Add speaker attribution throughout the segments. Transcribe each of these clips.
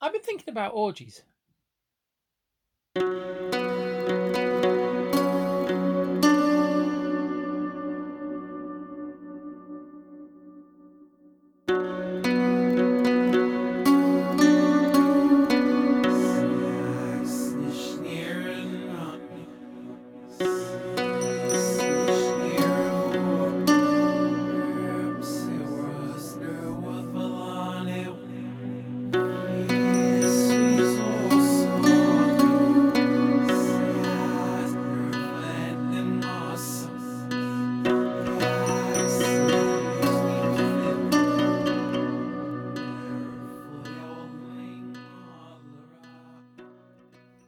Speaker 1: I've been thinking about orgies.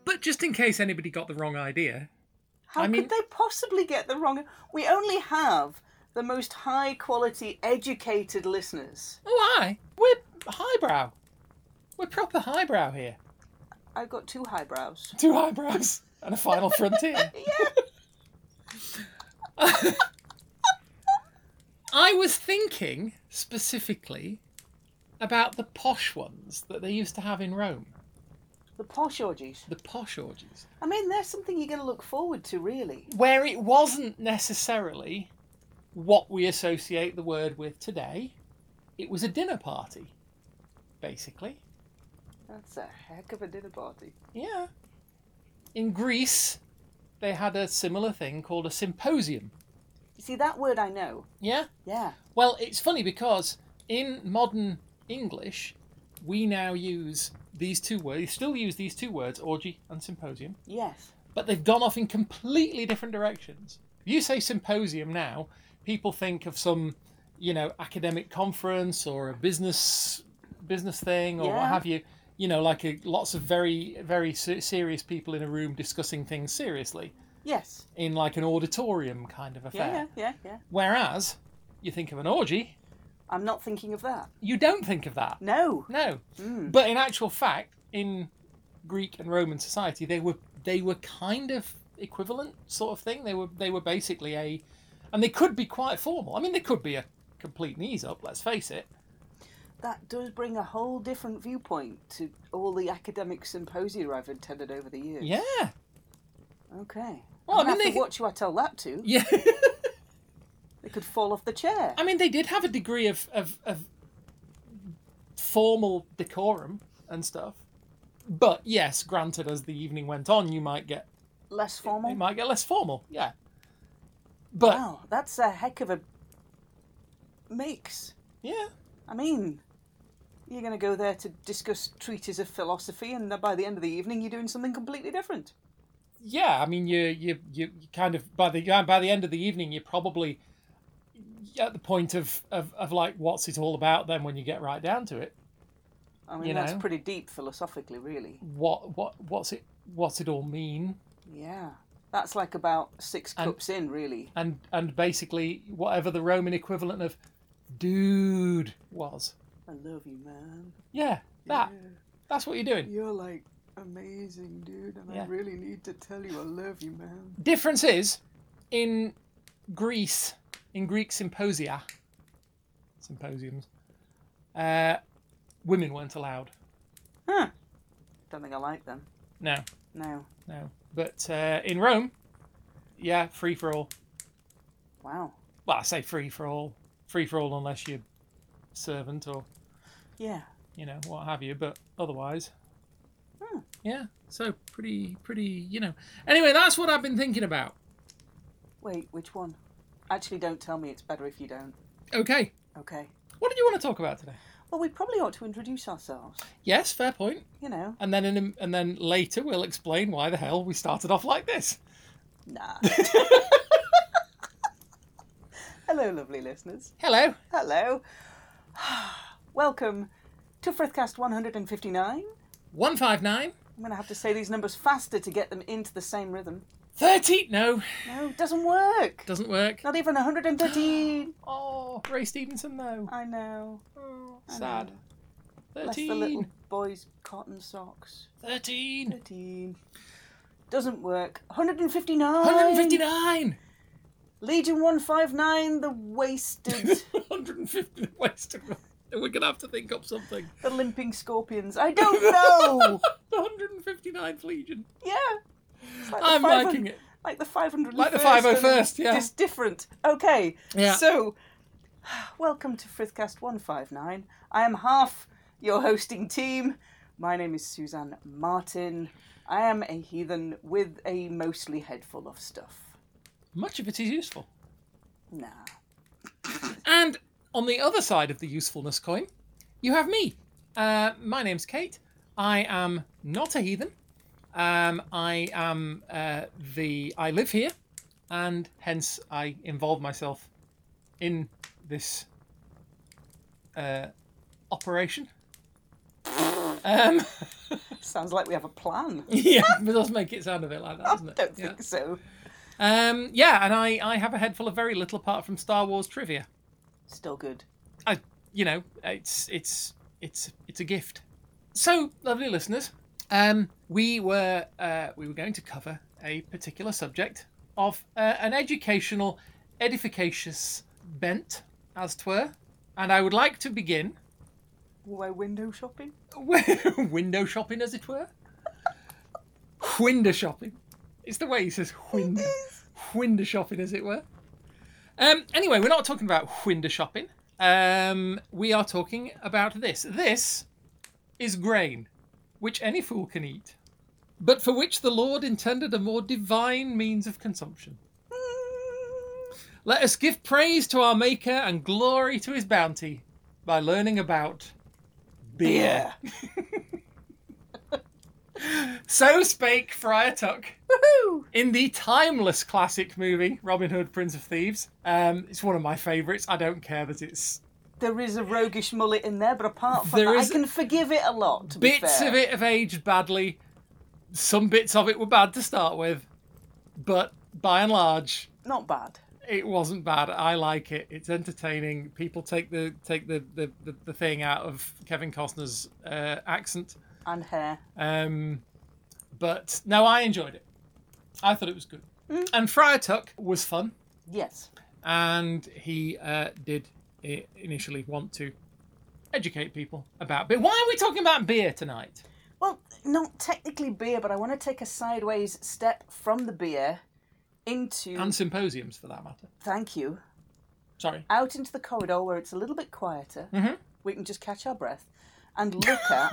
Speaker 1: But just in case anybody got the wrong idea,
Speaker 2: How
Speaker 1: I mean-
Speaker 2: could they possibly get the wrong? We only have the most high quality, educated listeners.
Speaker 1: oh, I we're highbrow. We're proper highbrow here.
Speaker 2: I've got two highbrows.
Speaker 1: Two highbrows and a final frontier. I was thinking specifically about the posh ones that they used to have in Rome,
Speaker 2: The posh orgies.
Speaker 1: the posh orgies,
Speaker 2: I mean, there's something you're going to look forward to, really.
Speaker 1: where it wasn't necessarily what we associate the word with today. It was a dinner party, basically.
Speaker 2: That's a heck of a dinner party.
Speaker 1: Yeah. In Greece, they had a similar thing called a symposium.
Speaker 2: You see, that word I know.
Speaker 1: Yeah.
Speaker 2: Yeah.
Speaker 1: Well, it's funny because in modern English, we now use these two words. We still use these two words, orgy and symposium,
Speaker 2: Yes.
Speaker 1: but they've gone off in completely different directions. If you say symposium now, people think of some, you know, academic conference or a business business thing or what
Speaker 2: Yeah.
Speaker 1: have you. You know, like a, lots of very very se- serious people in a room discussing things seriously
Speaker 2: Yes.
Speaker 1: in like an auditorium kind of affair.
Speaker 2: Yeah, yeah, yeah, yeah.
Speaker 1: Whereas you think of an orgy,
Speaker 2: I'm not thinking of that.
Speaker 1: you don't think of that.
Speaker 2: No.
Speaker 1: No.
Speaker 2: Mm.
Speaker 1: But in actual fact, in Greek and Roman society, they were they were kind of equivalent sort of thing. They were they were basically a, and they could be quite formal. I mean, they could be a complete knees up. Let's face it.
Speaker 2: That does bring a whole different viewpoint to all the academic symposia I've attended over the years.
Speaker 1: Yeah.
Speaker 2: Okay.
Speaker 1: Well,
Speaker 2: Well,
Speaker 1: I
Speaker 2: I
Speaker 1: mean,
Speaker 2: have
Speaker 1: they
Speaker 2: to watch who I tell that to.
Speaker 1: yeah.
Speaker 2: They could fall off the chair.
Speaker 1: I mean, they did have a degree of of, of formal decorum and stuff. But yes, granted, as the evening went on, you might get
Speaker 2: Less formal.
Speaker 1: it might get less formal. Yeah. But
Speaker 2: Wow, that's a heck of a mix.
Speaker 1: yeah.
Speaker 2: I mean, you're going to go there to discuss treaties of philosophy, and by the end of the evening, you're doing something completely different.
Speaker 1: yeah i mean you you you you kind of by the by the end of the evening you're probably at the point of of, of like what's it all about then when you get right down to it
Speaker 2: I mean,
Speaker 1: You
Speaker 2: that's
Speaker 1: know.
Speaker 2: pretty deep philosophically, really.
Speaker 1: what what what's it what's it all mean
Speaker 2: Yeah. That's like about six
Speaker 1: And-
Speaker 2: cups in, really.
Speaker 1: and and basically whatever the roman equivalent of dude was
Speaker 2: I love you, man.
Speaker 1: yeah that
Speaker 2: Yeah.
Speaker 1: that's what you're doing
Speaker 2: You're like amazing, dude, and
Speaker 1: Yeah.
Speaker 2: I really need to tell you I love you, man.
Speaker 1: difference is in greece in greek symposia symposiums uh women weren't allowed
Speaker 2: Huh. Don't think I like them.
Speaker 1: no
Speaker 2: No.
Speaker 1: No, but uh, in Rome, yeah, free for all.
Speaker 2: Wow.
Speaker 1: Well, I say free for all, free for all unless you're servant or
Speaker 2: Yeah.
Speaker 1: you know what have you. But otherwise,
Speaker 2: Hmm.
Speaker 1: yeah. So pretty, pretty, you know. Anyway, that's what I've been thinking about.
Speaker 2: Wait, which one? Actually, don't tell me. It's better if you don't.
Speaker 1: Okay,
Speaker 2: Okay.
Speaker 1: what did you want to talk about today?
Speaker 2: Well, we probably ought to introduce ourselves.
Speaker 1: Yes, fair point.
Speaker 2: You know.
Speaker 1: And then in, and then later we'll explain why the hell we started off like this.
Speaker 2: Nah. Hello, lovely listeners.
Speaker 1: Hello.
Speaker 2: Hello. Welcome to Frithcast 159.
Speaker 1: One five nine.
Speaker 2: I'm going to have to say these numbers faster to get them into the same rhythm.
Speaker 1: Thirty. No,
Speaker 2: No, doesn't work.
Speaker 1: doesn't work.
Speaker 2: Not even 113.
Speaker 1: Oh, Ray Stevenson though.
Speaker 2: I know.
Speaker 1: Oh,
Speaker 2: I
Speaker 1: sad.
Speaker 2: know. Bless the little
Speaker 1: Thirteen.
Speaker 2: boy's cotton socks.
Speaker 1: 13.
Speaker 2: 13. Doesn't work. 159.
Speaker 1: 159.
Speaker 2: Legion 159, the wasted.
Speaker 1: 150 wasted. We're gonna have to think up something.
Speaker 2: The limping scorpions. I don't know.
Speaker 1: The 159th Legion.
Speaker 2: yeah. It's like the
Speaker 1: I'm
Speaker 2: 500
Speaker 1: liking it.
Speaker 2: Like the 500.
Speaker 1: Like the 501st, yeah.
Speaker 2: Just different. Okay.
Speaker 1: Yeah.
Speaker 2: So, welcome to Frithcast 159. I am half your hosting team. My name is Suzanne Martin. I am a heathen with a mostly head full of stuff.
Speaker 1: Much of it is useful.
Speaker 2: Nah.
Speaker 1: And on the other side of the usefulness coin, you have me. Uh, my name's Kate. I am not a heathen. Um, I am uh, the. I live here, and hence I involve myself in this uh, operation. Um,
Speaker 2: Sounds like we have a plan.
Speaker 1: yeah, but does make it sound a bit like that, doesn't
Speaker 2: I
Speaker 1: it?
Speaker 2: Oh, don't
Speaker 1: yeah.
Speaker 2: think so.
Speaker 1: Um, yeah, and I, I have a head full of very little apart from Star Wars trivia.
Speaker 2: Still good.
Speaker 1: I, you know, it's it's it's it's a gift. So lovely listeners, um, we were uh, we were going to cover a particular subject of uh, an educational, edificacious bent, as 'twere, and I would like to begin
Speaker 2: We're window shopping.
Speaker 1: window shopping, as it were. window shopping. It's the way he says window, window shopping, as it were. Um, anyway, we're not talking about window shopping. Um, we are talking about this. This is grain, which any fool can eat, but for which the Lord intended a more divine means of consumption. Let us give praise to our Maker and glory to his bounty by learning about
Speaker 2: Beer.
Speaker 1: So spake Friar Tuck
Speaker 2: Woohoo!
Speaker 1: in the timeless classic movie Robin Hood, Prince of Thieves. Um, it's one of my favourites. I don't care that it's
Speaker 2: There is a roguish mullet in there, but apart from
Speaker 1: There
Speaker 2: that,
Speaker 1: is
Speaker 2: I can forgive it a lot. To be
Speaker 1: bits
Speaker 2: fair.
Speaker 1: of it have aged badly. Some bits of it were bad to start with, but by and large,
Speaker 2: not bad.
Speaker 1: it wasn't bad. I like it. It's entertaining. People take the take the the, the, the thing out of Kevin Costner's uh, accent.
Speaker 2: And hair.
Speaker 1: Um, but no, I enjoyed it. I thought it was good.
Speaker 2: Mm.
Speaker 1: And Friar Tuck was fun.
Speaker 2: Yes.
Speaker 1: and he uh, did i- initially want to educate people about beer. Why are we talking about beer tonight?
Speaker 2: Well, not technically beer, but I want to take a sideways step from the beer into.
Speaker 1: And symposiums, for that matter.
Speaker 2: thank you.
Speaker 1: Sorry.
Speaker 2: Out into the corridor where it's a little bit quieter.
Speaker 1: Mhm.
Speaker 2: We can just catch our breath and look at.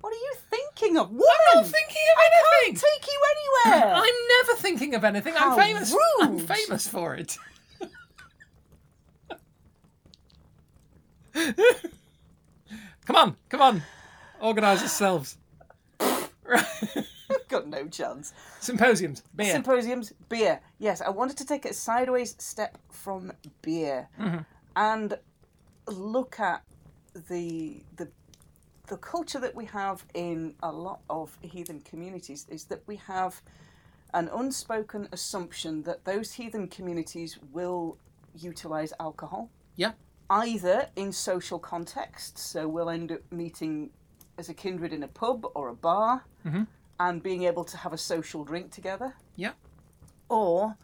Speaker 2: What are you thinking of? Woman!
Speaker 1: I'm not thinking of anything.
Speaker 2: take you anywhere.
Speaker 1: I'm never thinking of anything.
Speaker 2: How
Speaker 1: I'm famous. I'm
Speaker 2: rude.
Speaker 1: famous for it. come on, come on, organise yourselves. Right.
Speaker 2: got no chance.
Speaker 1: Symposiums, beer.
Speaker 2: Symposiums, beer. Yes, I wanted to take a sideways step from beer and look at the the the culture that we have in a lot of heathen communities is that we have an unspoken assumption that those heathen communities will utilize alcohol
Speaker 1: yeah.
Speaker 2: either in social contexts, so we'll end up meeting as a kindred in a pub or a bar and being able to have a social drink together,
Speaker 1: Yeah.
Speaker 2: or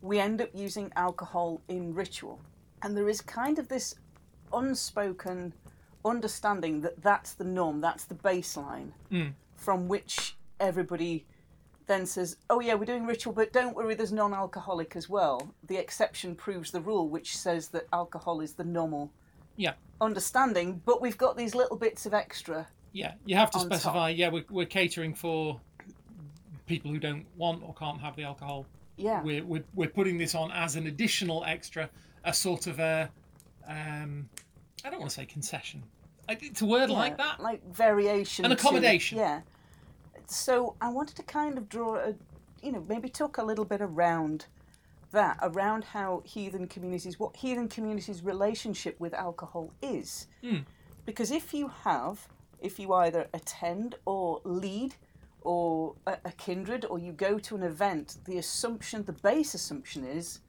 Speaker 2: we end up using alcohol in ritual. And there is kind of this unspoken understanding that that's the norm, that's the baseline from which everybody then says, Oh, yeah, we're doing ritual, but don't worry, there's non alcoholic as well. The exception proves the rule, which says that alcohol is the normal
Speaker 1: Yeah.
Speaker 2: understanding, but we've got these little bits of extra.
Speaker 1: Yeah, you have to
Speaker 2: on top.
Speaker 1: specify. Yeah, we're, we're catering for people who don't want or can't have the alcohol.
Speaker 2: Yeah.
Speaker 1: We're, we're, we're putting this on as an additional extra, a sort of a, um, I don't want to say concession. I- It's a word like
Speaker 2: Yeah,
Speaker 1: that.
Speaker 2: Like variation.
Speaker 1: An
Speaker 2: to-
Speaker 1: accommodation.
Speaker 2: yeah. So I wanted to kind of draw a, you know, maybe talk a little bit around that, around how heathen communities, what heathen communities' relationship with alcohol is.
Speaker 1: Hmm.
Speaker 2: Because if you have, if you either attend or lead or a, a kindred or you go to an event, the assumption, the base assumption is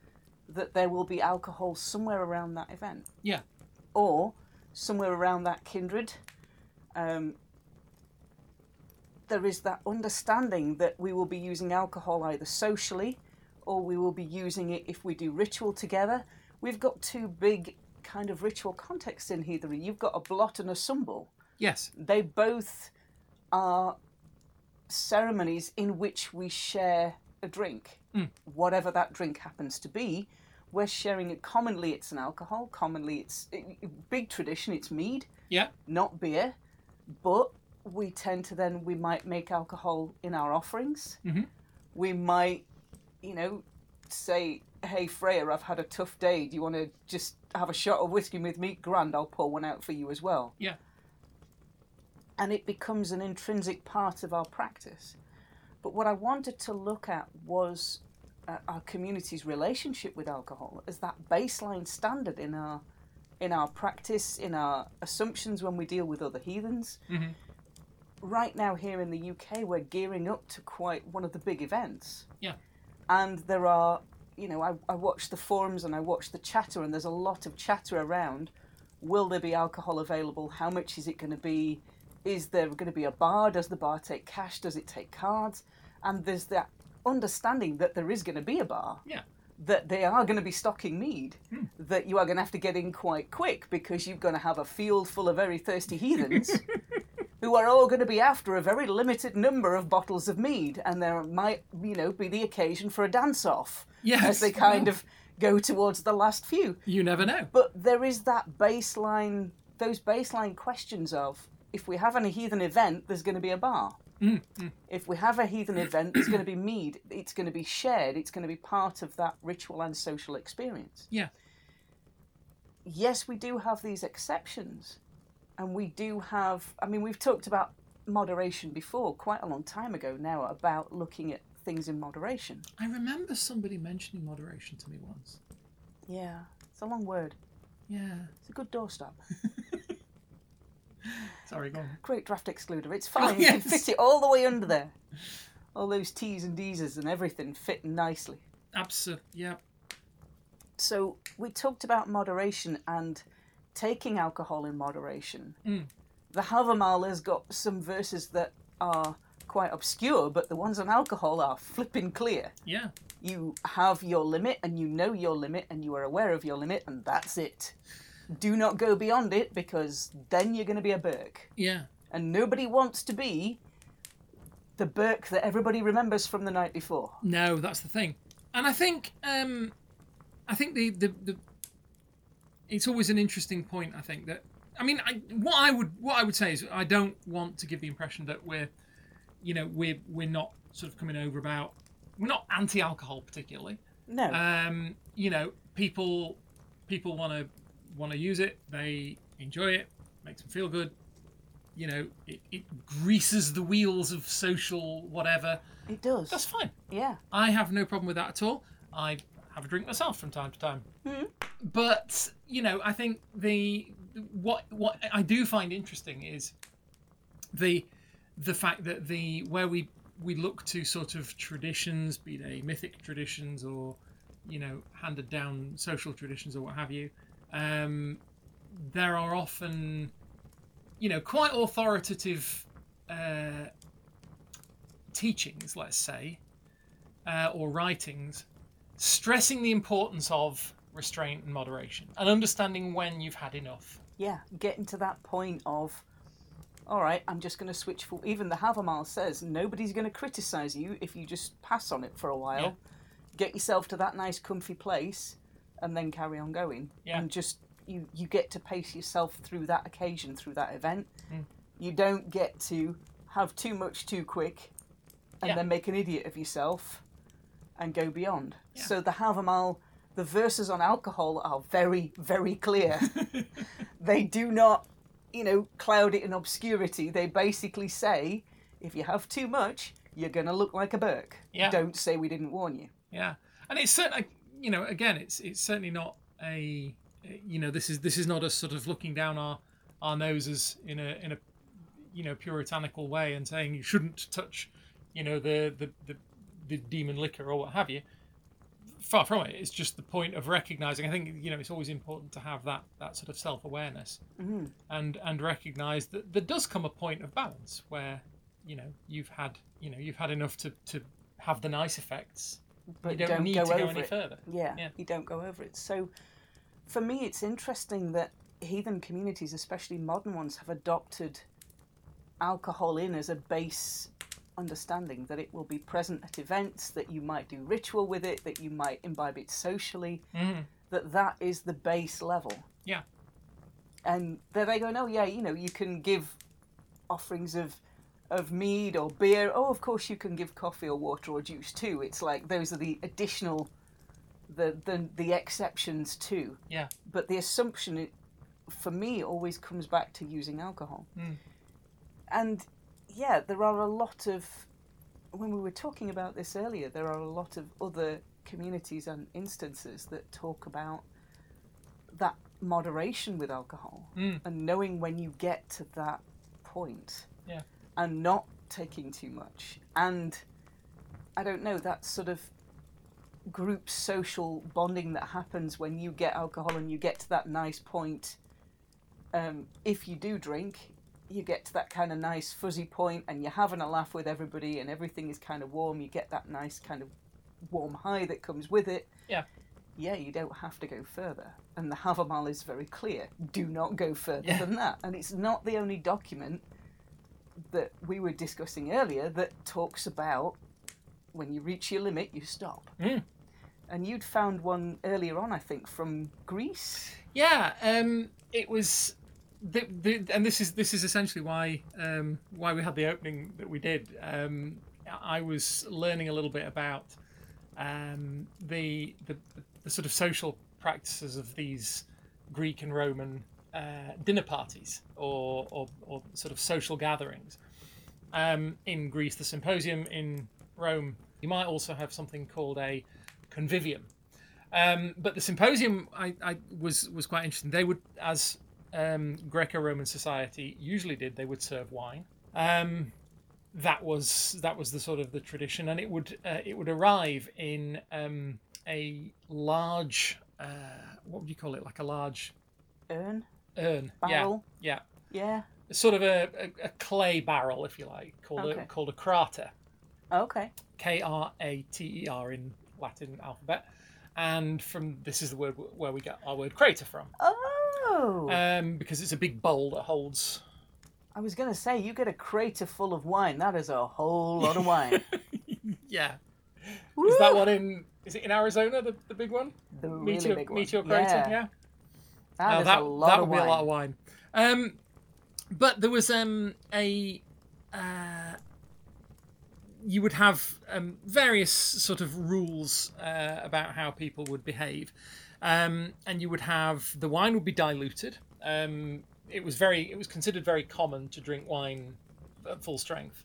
Speaker 2: that there will be alcohol somewhere around that event
Speaker 1: Yeah,
Speaker 2: or somewhere around that kindred, um, there is that understanding that we will be using alcohol either socially or we will be using it if we do ritual together. We've got two big kind of ritual context in heathenry. You've got a blot and a sumble.
Speaker 1: Yes.
Speaker 2: They both are ceremonies in which we share a drink, whatever that drink happens to be. We're sharing it. Commonly, it's an alcohol. Commonly, it's big tradition. It's mead,
Speaker 1: Yeah.
Speaker 2: not beer. But we tend to then we might make alcohol in our offerings.
Speaker 1: Mhm.
Speaker 2: We might, you know, say, "Hey Freya, I've had a tough day. Do you want to just have a shot of whiskey with me? Grand, I'll pour one out for you as well."
Speaker 1: Yeah.
Speaker 2: and it becomes an intrinsic part of our practice. But what I wanted to look at was uh, our community's relationship with alcohol as that baseline standard in our in our practice, in our assumptions when we deal with other heathens.
Speaker 1: Mhm.
Speaker 2: Right now, here in the UK, we're gearing up to quite one of the big events.
Speaker 1: Yeah.
Speaker 2: and there are. You know, I, I watch the forums and I watch the chatter, and there's a lot of chatter around. Will there be alcohol available? How much is it going to be? is there going to be a bar? Does the bar take cash? Does it take cards? And there's that understanding that there is going to be a bar.
Speaker 1: Yeah.
Speaker 2: That they are going to be stocking mead. That you are going to have to get in quite quick because you're going to have a field full of very thirsty heathens who are all going to be after a very limited number of bottles of mead. And there might, you know, be the occasion for a dance off
Speaker 1: Yes.
Speaker 2: as they kind of go towards the last few
Speaker 1: You never know.
Speaker 2: but there is that baseline those baseline questions of if we have an heathen event there's going to be a bar if we have a heathen event there's going to be mead it's going to be shared it's going to be part of that ritual and social experience
Speaker 1: Yeah.
Speaker 2: yes we do have these exceptions and we do have i mean we've talked about moderation before quite a long time ago now about looking at things in moderation
Speaker 1: I remember somebody mentioning moderation to me once.
Speaker 2: yeah it's a long word
Speaker 1: Yeah.
Speaker 2: it's a good doorstop
Speaker 1: Sorry, go on.
Speaker 2: great draft excluder. It's fine. You can
Speaker 1: Oh, yes.
Speaker 2: fit it all the way under there. All those T's and D's and everything fit nicely.
Speaker 1: Absolutely. Yeah.
Speaker 2: So we talked about moderation and taking alcohol in moderation.
Speaker 1: Mm.
Speaker 2: The Havamal has got some verses that are quite obscure, but the ones on alcohol are flipping clear.
Speaker 1: Yeah.
Speaker 2: You have your limit and you know your limit and you are aware of your limit and that's it. Do not go beyond it because then you're going to be a Burke
Speaker 1: Yeah.
Speaker 2: and nobody wants to be the Burke that everybody remembers from the night before.
Speaker 1: No, that's the thing. And I think um I think the the, the it's always an interesting point I think that I mean I what I would what I would say is I don't want to give the impression that we're you know we're we're not sort of coming over about we're not anti-alcohol particularly
Speaker 2: No,
Speaker 1: um, you know, people people want to want to use it. They enjoy it. Makes them feel good. You know, it, it greases the wheels of social whatever.
Speaker 2: it does.
Speaker 1: That's fine.
Speaker 2: yeah,
Speaker 1: I have no problem with that at all. I have a drink myself from time to time.
Speaker 2: Mhm.
Speaker 1: But you know, I think the what what I do find interesting is the the fact that the where we we look to sort of traditions, be they mythic traditions or you know handed down social traditions or what have you, um, there are often you know quite authoritative uh, teachings, let's say, uh, or writings stressing the importance of restraint and moderation and understanding when you've had enough.
Speaker 2: yeah. Getting to that point of, all right, I'm just going to switch for. Even the Havamal says nobody's going to criticise you if you just pass on it for a while.
Speaker 1: Yeah.
Speaker 2: Get yourself to that nice, comfy place, and then carry on going.
Speaker 1: Yeah.
Speaker 2: And just you, you get to pace yourself through that occasion, through that event.
Speaker 1: Mm.
Speaker 2: You don't get to have too much too quick and
Speaker 1: Yeah.
Speaker 2: then make an idiot of yourself and go beyond.
Speaker 1: Yeah.
Speaker 2: So the Havamal, the verses on alcohol are very, very clear. they do not, you know, cloud it in obscurity. They basically say, if you have too much, you're going to look like a Burke.
Speaker 1: Yeah.
Speaker 2: Don't say we didn't warn you.
Speaker 1: Yeah, and it's certainly you know again it's it's certainly not a you know this is this is not us sort of looking down our our noses in a in a you know puritanical way and saying you shouldn't touch you know the the the, the demon liquor or what have you. Far from it. It's just the point of recognizing. I think you know it's always important to have that that sort of self awareness.
Speaker 2: Mm.
Speaker 1: and and recognize that there does come a point of balance where you know you've had you know you've had enough to to have the nice effects
Speaker 2: But
Speaker 1: you don't,
Speaker 2: don't
Speaker 1: need
Speaker 2: go
Speaker 1: to go
Speaker 2: over
Speaker 1: any
Speaker 2: it.
Speaker 1: further
Speaker 2: Yeah,
Speaker 1: Yeah.
Speaker 2: you don't go over it. So for me, it's interesting that heathen communities, especially modern ones, have adopted alcohol in as a base understanding that it will be present at events, that you might do ritual with it, that you might imbibe it socially,
Speaker 1: Mm.
Speaker 2: that that is the base level.
Speaker 1: Yeah.
Speaker 2: And there they go, no, yeah, you know, you can give offerings of of mead or beer. Oh, of course you can give coffee or water or juice too. It's like those are the additional the the, the exceptions too.
Speaker 1: Yeah.
Speaker 2: But the assumption it, for me always comes back to using alcohol.
Speaker 1: Mm.
Speaker 2: And yeah, there are a lot of when we were talking about this earlier, there are a lot of other communities and instances that talk about that moderation with alcohol
Speaker 1: Mm.
Speaker 2: and knowing when you get to that point
Speaker 1: Yeah.
Speaker 2: and not taking too much and i don't know that sort of group social bonding that happens when you get alcohol and you get to that nice point um, if you do drink you get to that kind of nice fuzzy point and you're having a laugh with everybody and everything is kind of warm you get that nice kind of warm high that comes with it
Speaker 1: Yeah.
Speaker 2: yeah you don't have to go further and the havamal is very clear do not go further
Speaker 1: Yeah.
Speaker 2: than that and it's not the only document that we were discussing earlier that talks about when you reach your limit you stop
Speaker 1: Mm.
Speaker 2: and you'd found one earlier on i think from greece
Speaker 1: Yeah, um, it was, the, the, and this is this is essentially why um, why we had the opening that we did. Um, I was learning a little bit about um, the, the the sort of social practices of these Greek and Roman uh, dinner parties or, or or sort of social gatherings. Um, in Greece, the symposium. In Rome, you might also have something called a convivium, um, but the symposium I, I was was quite interesting. They would, as um, Greco-Roman society usually did, they would serve wine. Um, that was that was the sort of the tradition, and it would uh, it would arrive in um, a large uh, what would you call it? Like a large
Speaker 2: urn
Speaker 1: urn,
Speaker 2: barrel
Speaker 1: yeah,
Speaker 2: yeah,
Speaker 1: yeah, sort of a, a, a clay barrel, if you like, called a,
Speaker 2: Okay.
Speaker 1: called a crater.
Speaker 2: okay
Speaker 1: K R A T E R in Latin alphabet, and from this is the word w- where we get our word crater from,
Speaker 2: oh
Speaker 1: um, because it's a big bowl that holds.
Speaker 2: i was going to say you get a crater full of wine that is a whole lot of wine
Speaker 1: Yeah, is that one in? Is it in Arizona the, the big one?
Speaker 2: the really
Speaker 1: meteor
Speaker 2: big one.
Speaker 1: meteor crater.
Speaker 2: yeah,
Speaker 1: yeah.
Speaker 2: that
Speaker 1: Now
Speaker 2: is
Speaker 1: that,
Speaker 2: a lot
Speaker 1: that
Speaker 2: of
Speaker 1: would
Speaker 2: wine
Speaker 1: be a lot of wine. Um, but there was um, a. Uh, you would have um, various sort of rules uh, about how people would behave. Um, and you would have. The wine would be diluted. Um, it was very. It was considered very common to drink wine at full strength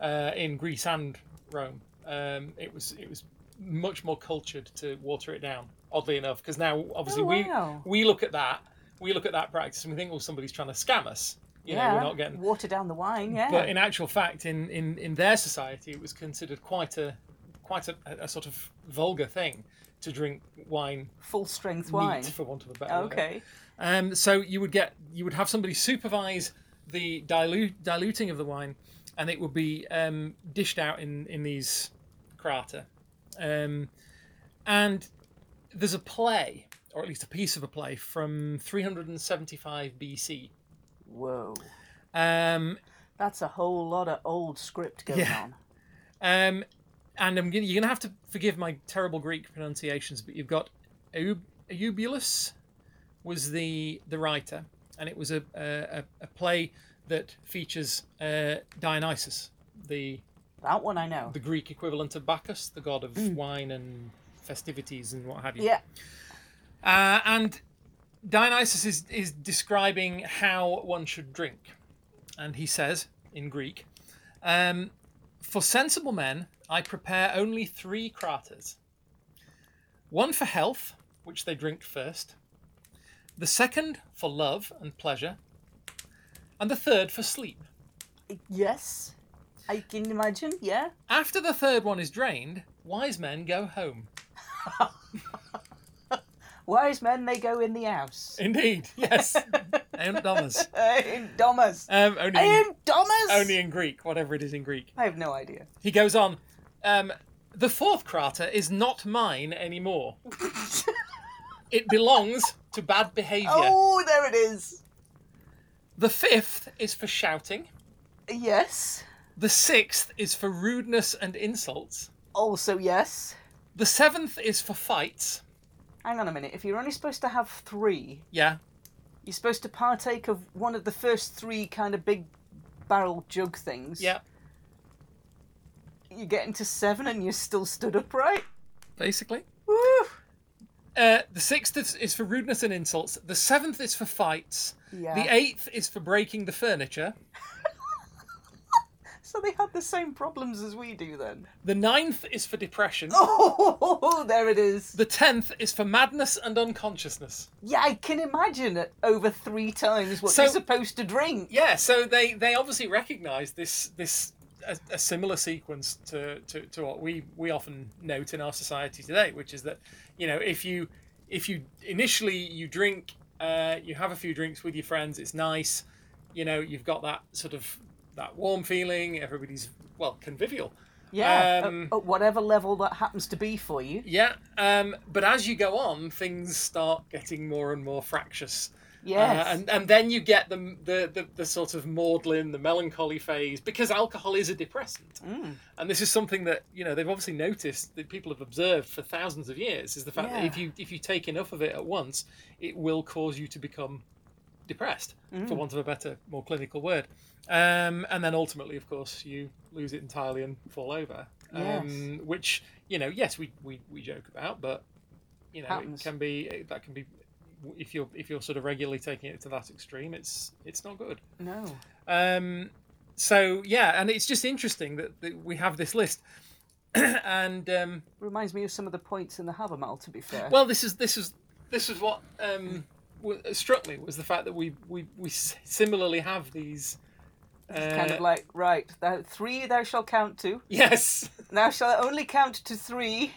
Speaker 1: uh, in Greece and Rome. Um, it was. It was much more cultured to water it down. Oddly enough, because now obviously
Speaker 2: oh,
Speaker 1: we
Speaker 2: wow.
Speaker 1: we look at that we look at that practice and we think well somebody's trying to scam us you
Speaker 2: yeah.
Speaker 1: know we're not getting
Speaker 2: water down the wine yeah
Speaker 1: but in actual fact in, in in their society it was considered quite a quite a, a sort of vulgar thing to drink wine
Speaker 2: full strength
Speaker 1: neat
Speaker 2: wine
Speaker 1: for want of a better word
Speaker 2: okay
Speaker 1: um, so you would get you would have somebody supervise the dilute diluting of the wine, and it would be um, dished out in in these krata. Um, and there's a play, or at least a piece of a play from 375 BC.
Speaker 2: whoa
Speaker 1: Um,
Speaker 2: that's a whole lot of old script going
Speaker 1: Yeah.
Speaker 2: on
Speaker 1: um, and I'm gonna, you're gonna have to forgive my terrible Greek pronunciations, but you've got Eub- Eubulus was the the writer, and it was a a, a- a play that features uh, Dionysus, the
Speaker 2: that one i know
Speaker 1: the Greek equivalent of Bacchus, the god of wine and festivities and what have you.
Speaker 2: yeah
Speaker 1: Uh, and Dionysus is, is describing how one should drink. And he says in Greek, um, For sensible men, I prepare only three kraters one for health, which they drink first, the second for love and pleasure, and the third for sleep.
Speaker 2: yes i can imagine yeah
Speaker 1: After the third one is drained, wise men go home.
Speaker 2: Wise men, they go in the house.
Speaker 1: Indeed, yes. Indomus.
Speaker 2: Indomus.
Speaker 1: Um, only, in,
Speaker 2: Indomus?
Speaker 1: only in Greek, whatever it is in Greek.
Speaker 2: I have no idea.
Speaker 1: He goes on, um, the fourth crater is not mine anymore. it belongs to bad behaviour.
Speaker 2: Oh, there it is.
Speaker 1: The fifth is for shouting.
Speaker 2: Yes.
Speaker 1: The sixth is for rudeness and insults.
Speaker 2: Also, yes.
Speaker 1: The seventh is for fights.
Speaker 2: Hang on a minute. If you're only supposed to have three,
Speaker 1: Yeah.
Speaker 2: you're supposed to partake of one of the first three kind of big barrel jug things.
Speaker 1: Yeah.
Speaker 2: You're getting to seven and you're still stood upright.
Speaker 1: Basically.
Speaker 2: Woo!
Speaker 1: Uh, the sixth is, is for rudeness and insults. The seventh is for fights.
Speaker 2: Yeah.
Speaker 1: The eighth is for breaking the furniture.
Speaker 2: So they had the same problems as we do then.
Speaker 1: The ninth is for depression.
Speaker 2: Oh, there it is.
Speaker 1: The tenth is for madness and unconsciousness.
Speaker 2: Yeah, I can imagine it over three times what
Speaker 1: So-
Speaker 2: you're supposed to drink.
Speaker 1: Yeah, so they, they obviously recognise this this a, a similar sequence to, to, to what we, we often note in our society today, which is that you know if you if you initially you drink uh, you have a few drinks with your friends, it's nice, you know you've got that sort of that warm feeling. Everybody's well convivial.
Speaker 2: Yeah, at-
Speaker 1: Um,
Speaker 2: at, whatever level that happens to be for you.
Speaker 1: Yeah, um, but as you go on, things start getting more and more fractious.
Speaker 2: Yes.
Speaker 1: Uh, and, and then you get the, the, the, the sort of maudlin, the melancholy phase, because alcohol is a depressant.
Speaker 2: Mm.
Speaker 1: And this is something that, you know, they've obviously noticed that people have observed for thousands of years is the fact that
Speaker 2: Yeah.
Speaker 1: if you, if you take enough of it at once, it will cause you to become depressed, for want of a better, more clinical word. Um, and then ultimately, of course, you lose it entirely and fall over. Um, which, you know, yes, we, we, we joke about, but, you know,
Speaker 2: Happens.
Speaker 1: it can be, that can be if you're if you're sort of regularly taking it to that extreme, it's it's not good.
Speaker 2: no.
Speaker 1: Um, so yeah, and it's just interesting that, that we have this list. and um,
Speaker 2: Reminds me of some of the points in the Havamal, to be fair.
Speaker 1: well, this is this is this is what um, w- struck me was the fact that we we, we s- similarly have these.
Speaker 2: it's kind of
Speaker 1: uh,
Speaker 2: like, right, thou, three thou shalt count to.
Speaker 1: yes,
Speaker 2: Thou shalt only count to three.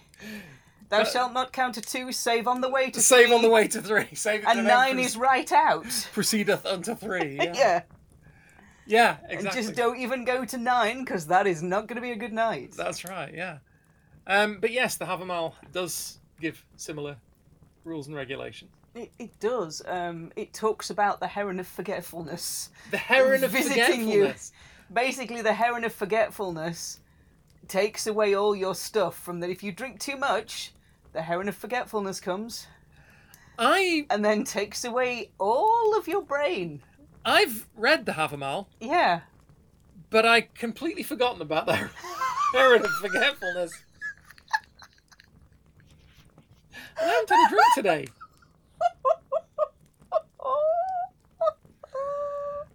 Speaker 2: Thou
Speaker 1: Uh,
Speaker 2: shalt not count to two, save on the way to
Speaker 1: save
Speaker 2: three.
Speaker 1: on the way to three. Save it
Speaker 2: And
Speaker 1: then
Speaker 2: nine
Speaker 1: pre-
Speaker 2: is right out.
Speaker 1: proceedeth unto three. Yeah, yeah,
Speaker 2: yeah.
Speaker 1: exactly.
Speaker 2: And just don't even go to nine because that is not going to be a good night.
Speaker 1: That's right, yeah. Um, but yes, the Havamal does give similar rules and regulations.
Speaker 2: It, it does. Um, it talks about the heron of forgetfulness.
Speaker 1: The Heron of
Speaker 2: Visiting you.
Speaker 1: Forgetfulness.
Speaker 2: Basically, the heron of forgetfulness takes away all your stuff from that. If you drink too much, the heron of forgetfulness comes
Speaker 1: I
Speaker 2: and then takes away all of your brain.
Speaker 1: I've read the Havamal,
Speaker 2: Yeah.
Speaker 1: but I completely forgotten about the Heron of Forgetfulness. I haven't had a drink today.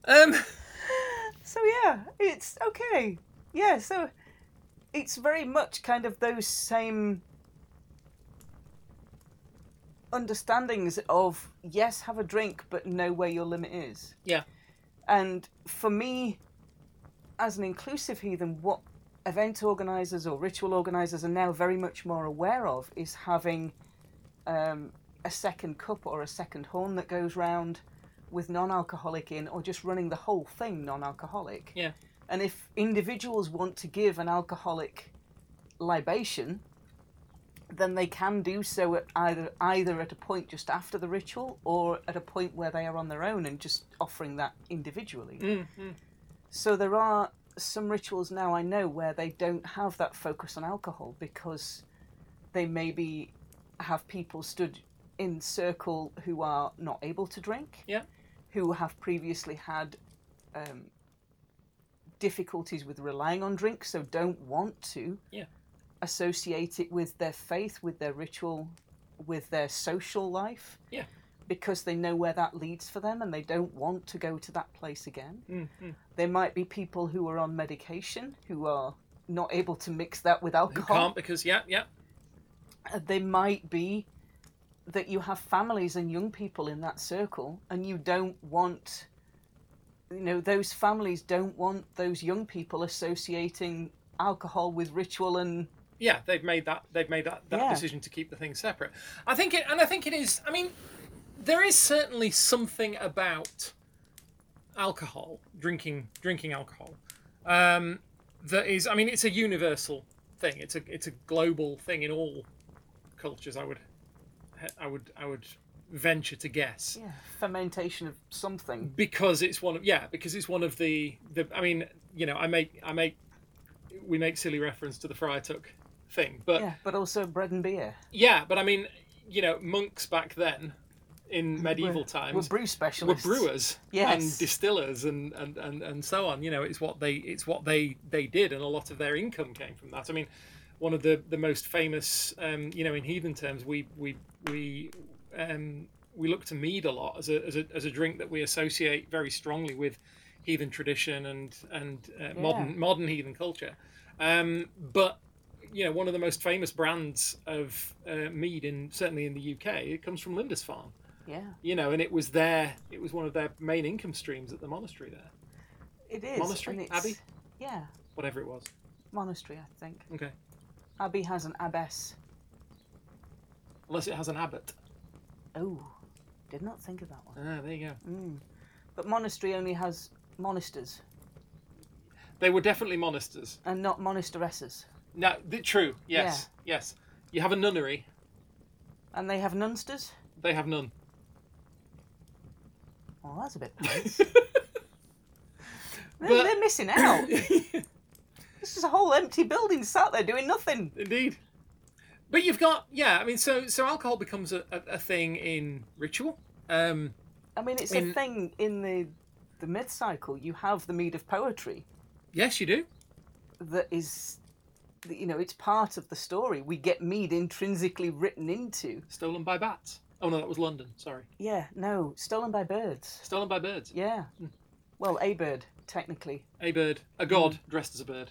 Speaker 1: Um,
Speaker 2: So yeah, it's okay. Yeah, so it's very much kind of those same understandings of yes, have a drink, but know where your limit is.
Speaker 1: Yeah.
Speaker 2: And for me, as an inclusive heathen, what event organisers or ritual organisers are now very much more aware of is having um, a second cup or a second horn that goes round with non-alcoholic in, or just running the whole thing non-alcoholic.
Speaker 1: Yeah.
Speaker 2: And if individuals want to give an alcoholic libation, then they can do so at either either at a point just after the ritual or at a point where they are on their own and just offering that individually.
Speaker 1: mm, mm.
Speaker 2: So there are some rituals now I know where they don't have that focus on alcohol because they maybe have people stood in circle who are not able to drink,
Speaker 1: Yeah.
Speaker 2: who have previously had um, difficulties with relying on drink, so don't want to
Speaker 1: Yeah.
Speaker 2: associate it with their faith, with their ritual, with their social life.
Speaker 1: Yeah.
Speaker 2: Because they know where that leads for them and they don't want to go to that place again.
Speaker 1: Mm, mm.
Speaker 2: There might be people who are on medication who are not able to mix that with
Speaker 1: Who
Speaker 2: alcohol.
Speaker 1: can't because yeah, yeah,
Speaker 2: Uh, There might be that you have families and young people in that circle and you don't want you know those families don't want those young people associating alcohol with ritual and
Speaker 1: yeah they've made that they've made that, that
Speaker 2: Yeah.
Speaker 1: decision to keep the things separate i think it and i think it is i mean there is certainly something about alcohol drinking drinking alcohol um, that is i mean it's a universal thing it's a it's a global thing in all cultures i would i would i would venture to guess
Speaker 2: Yeah, fermentation of something.
Speaker 1: because it's one of yeah because it's one of the the I mean you know I make I make we make silly reference to the fry tuck thing but
Speaker 2: Yeah, but also bread and beer.
Speaker 1: yeah but I mean you know monks back then in medieval
Speaker 2: We're- We're
Speaker 1: times
Speaker 2: brew
Speaker 1: were
Speaker 2: specialists.
Speaker 1: brewers and
Speaker 2: Yes.
Speaker 1: distillers and, and, and, and so on. You know, it's what they it's what they they did, and a lot of their income came from that. I mean, one of the the most famous, um, you know, in heathen terms, we we we um, we look to mead a lot as a, as a as a drink that we associate very strongly with heathen tradition and and uh, modern modern heathen culture. Um, but you know, one of the most famous brands of uh, mead in certainly in the UK, it comes from Lindisfarne
Speaker 2: Yeah,
Speaker 1: you know, and it was their it was one of their main income streams at the monastery there,
Speaker 2: it is.
Speaker 1: Monastery?
Speaker 2: and it's-
Speaker 1: Abbey?
Speaker 2: Yeah,
Speaker 1: whatever it was.
Speaker 2: monastery, I think.
Speaker 1: Okay,
Speaker 2: Abbey has an abbess.
Speaker 1: unless it has an abbot.
Speaker 2: Oh, did not think of that one.
Speaker 1: Ah, there you go.
Speaker 2: Mm. But monastery only has monasters
Speaker 1: They were definitely monasters.
Speaker 2: and not monasteresses.
Speaker 1: No, th- true. Yes, yes. You have a nunnery.
Speaker 2: And they have nunsters?
Speaker 1: They have none.
Speaker 2: Well, that's a bit nice. they're,
Speaker 1: But-
Speaker 2: they're missing out. this is a whole empty building sat there doing nothing.
Speaker 1: Indeed. But you've got yeah. I mean, so so alcohol becomes a, a, a thing in ritual. Um,
Speaker 2: I mean, it's
Speaker 1: In-
Speaker 2: a thing in the the myth cycle. You have the mead of poetry
Speaker 1: yes, you do.
Speaker 2: that is, that, you know, it's part of the story. We get mead intrinsically written into.
Speaker 1: Stolen by bats. Oh no, that was London. Sorry,
Speaker 2: Yeah, no, stolen by birds.
Speaker 1: stolen by birds.
Speaker 2: Yeah, well, a bird technically.
Speaker 1: A bird, a god dressed as a bird.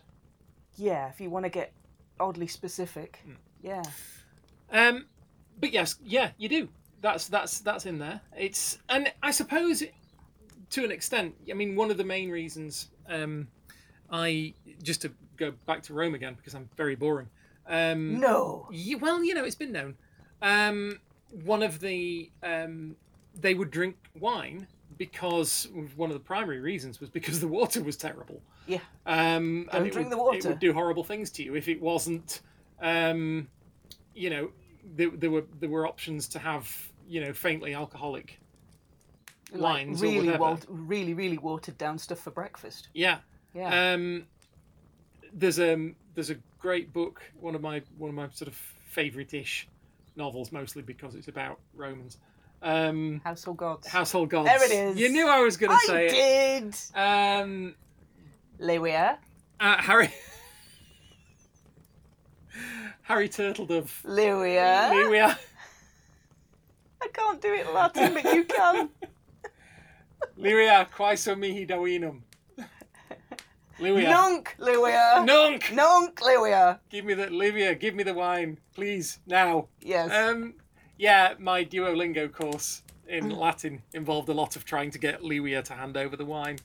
Speaker 2: Yeah, if you want to get oddly specific.
Speaker 1: Hmm.
Speaker 2: Yeah,
Speaker 1: Um, but yes, yeah, you do. That's that's that's in there. It's and I suppose to an extent. I mean, one of the main reasons um, I just to go back to Rome again because I'm very boring. Um,
Speaker 2: no.
Speaker 1: ye- well, you know, it's been known. Um, one of the um, they would drink wine because one of the primary reasons was because the water was terrible.
Speaker 2: Yeah.
Speaker 1: Um, and
Speaker 2: Don't
Speaker 1: it
Speaker 2: drink
Speaker 1: would,
Speaker 2: the water.
Speaker 1: It would do horrible things to you if it wasn't. Um, you know, there, there were there were options to have you know faintly alcoholic wines or
Speaker 2: really,
Speaker 1: whatever.
Speaker 2: walt- really, really watered down stuff for breakfast.
Speaker 1: Yeah.
Speaker 2: Yeah.
Speaker 1: Um, there's a there's a great book, one of my one of my sort of favourite-ish novels, mostly because it's about Romans. Um,
Speaker 2: Household gods.
Speaker 1: Household Gods.
Speaker 2: There it is.
Speaker 1: You knew I was going
Speaker 2: I
Speaker 1: to say it.
Speaker 2: did.
Speaker 1: Um,
Speaker 2: Lewia,
Speaker 1: uh, Harry Harry Turtledove.
Speaker 2: Lewia.
Speaker 1: Here we are.
Speaker 2: I can't do it Latin, but you can.
Speaker 1: Liria, quaeso mihi davinum. Livia.
Speaker 2: Nunc Lewia.
Speaker 1: Nunc.
Speaker 2: Nunc Lewia.
Speaker 1: Give me the Livia, give me the wine, please, now.
Speaker 2: Yes.
Speaker 1: Um, yeah, my Duolingo course in
Speaker 2: Mm.
Speaker 1: Latin involved a lot of trying to get Livia to hand over the wine.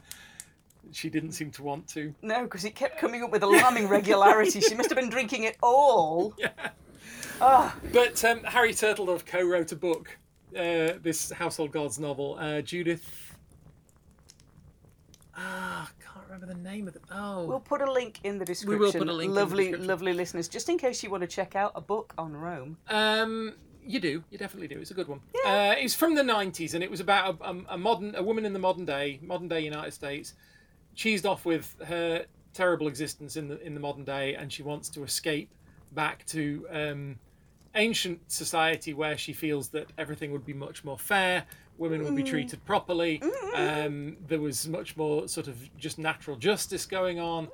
Speaker 1: She didn't seem to want to.
Speaker 2: no, because it kept coming up with alarming regularity. She must have been drinking it all. Yeah. Oh,
Speaker 1: But um, Harry Turtledove co-wrote a book, uh, this Household Gods novel. Uh, Judith. Ah, can't remember the name of the. Oh,
Speaker 2: we'll put a link in the description.
Speaker 1: will put a link in the
Speaker 2: Lovely,
Speaker 1: description.
Speaker 2: lovely listeners, just in case you want to check out a book on Rome.
Speaker 1: Um, you do. You definitely do. It's a good one. Uh, it was from the '90s, and it was about a, a, a modern, a woman in the modern day, modern day United States, cheesed off with her terrible existence in the in the modern day, and she wants to escape back to um, ancient society where she feels that everything would be much more fair. Women would be treated properly. Um, there was much more sort of just natural justice going on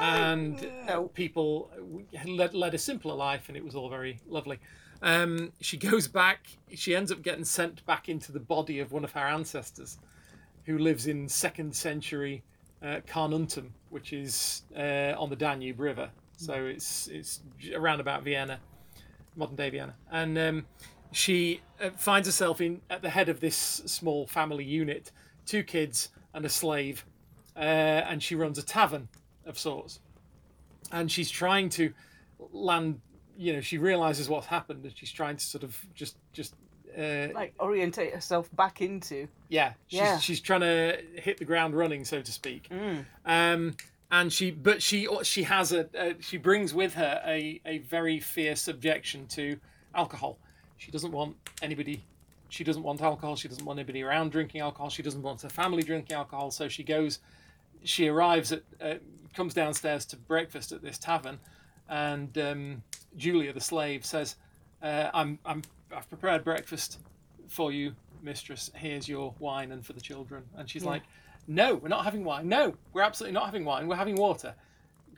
Speaker 1: and uh,
Speaker 2: No.
Speaker 1: people uh, led, led a simpler life, and it was all very lovely. Um, she goes back. She ends up getting sent back into the body of one of her ancestors, who lives in second century uh, Carnuntum, which is uh, on the Danube River. So it's it's around about Vienna, modern day Vienna, and um, she uh, finds herself in at the head of this small family unit, two kids and a slave, uh, and she runs a tavern of sorts. And she's trying to land, you know, she realizes what's happened and she's trying to sort of just, just, uh,
Speaker 2: Like orientate herself back into.
Speaker 1: yeah, she's,
Speaker 2: Yeah.
Speaker 1: she's trying to hit the ground running, so to speak. Um, and she, but she, she has a, a, she brings with her a, a very fierce subjection to alcohol. She doesn't want anybody She doesn't want alcohol. She doesn't want anybody around drinking alcohol. She doesn't want her family drinking alcohol. So she goes, she arrives at, uh, comes downstairs to breakfast at this tavern, and um, Julia the slave says, uh, "I'm, I'm, I've prepared breakfast for you, mistress. Here's your wine and for the children." And she's
Speaker 2: Yeah.
Speaker 1: like, "No, we're not having wine. No, we're absolutely not having wine. We're having water."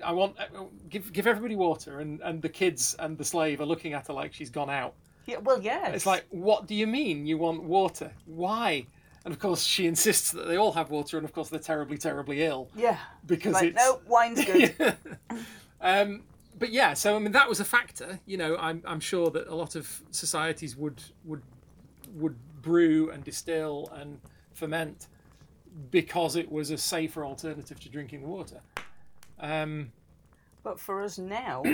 Speaker 1: I want uh, give give everybody water, and, and the kids and the slave are looking at her like she's gone out.
Speaker 2: Yeah, well, yes.
Speaker 1: It's like, what do you mean you want water? Why? And of course, she insists that they all have water, and of course, they're terribly, terribly ill
Speaker 2: yeah,
Speaker 1: because
Speaker 2: like
Speaker 1: it's.
Speaker 2: no, wine's good.
Speaker 1: um, but yeah, so I mean, that was a factor. You know, I'm, I'm sure that a lot of societies would would would brew and distill and ferment because it was a safer alternative to drinking the water. Um,
Speaker 2: But for us now,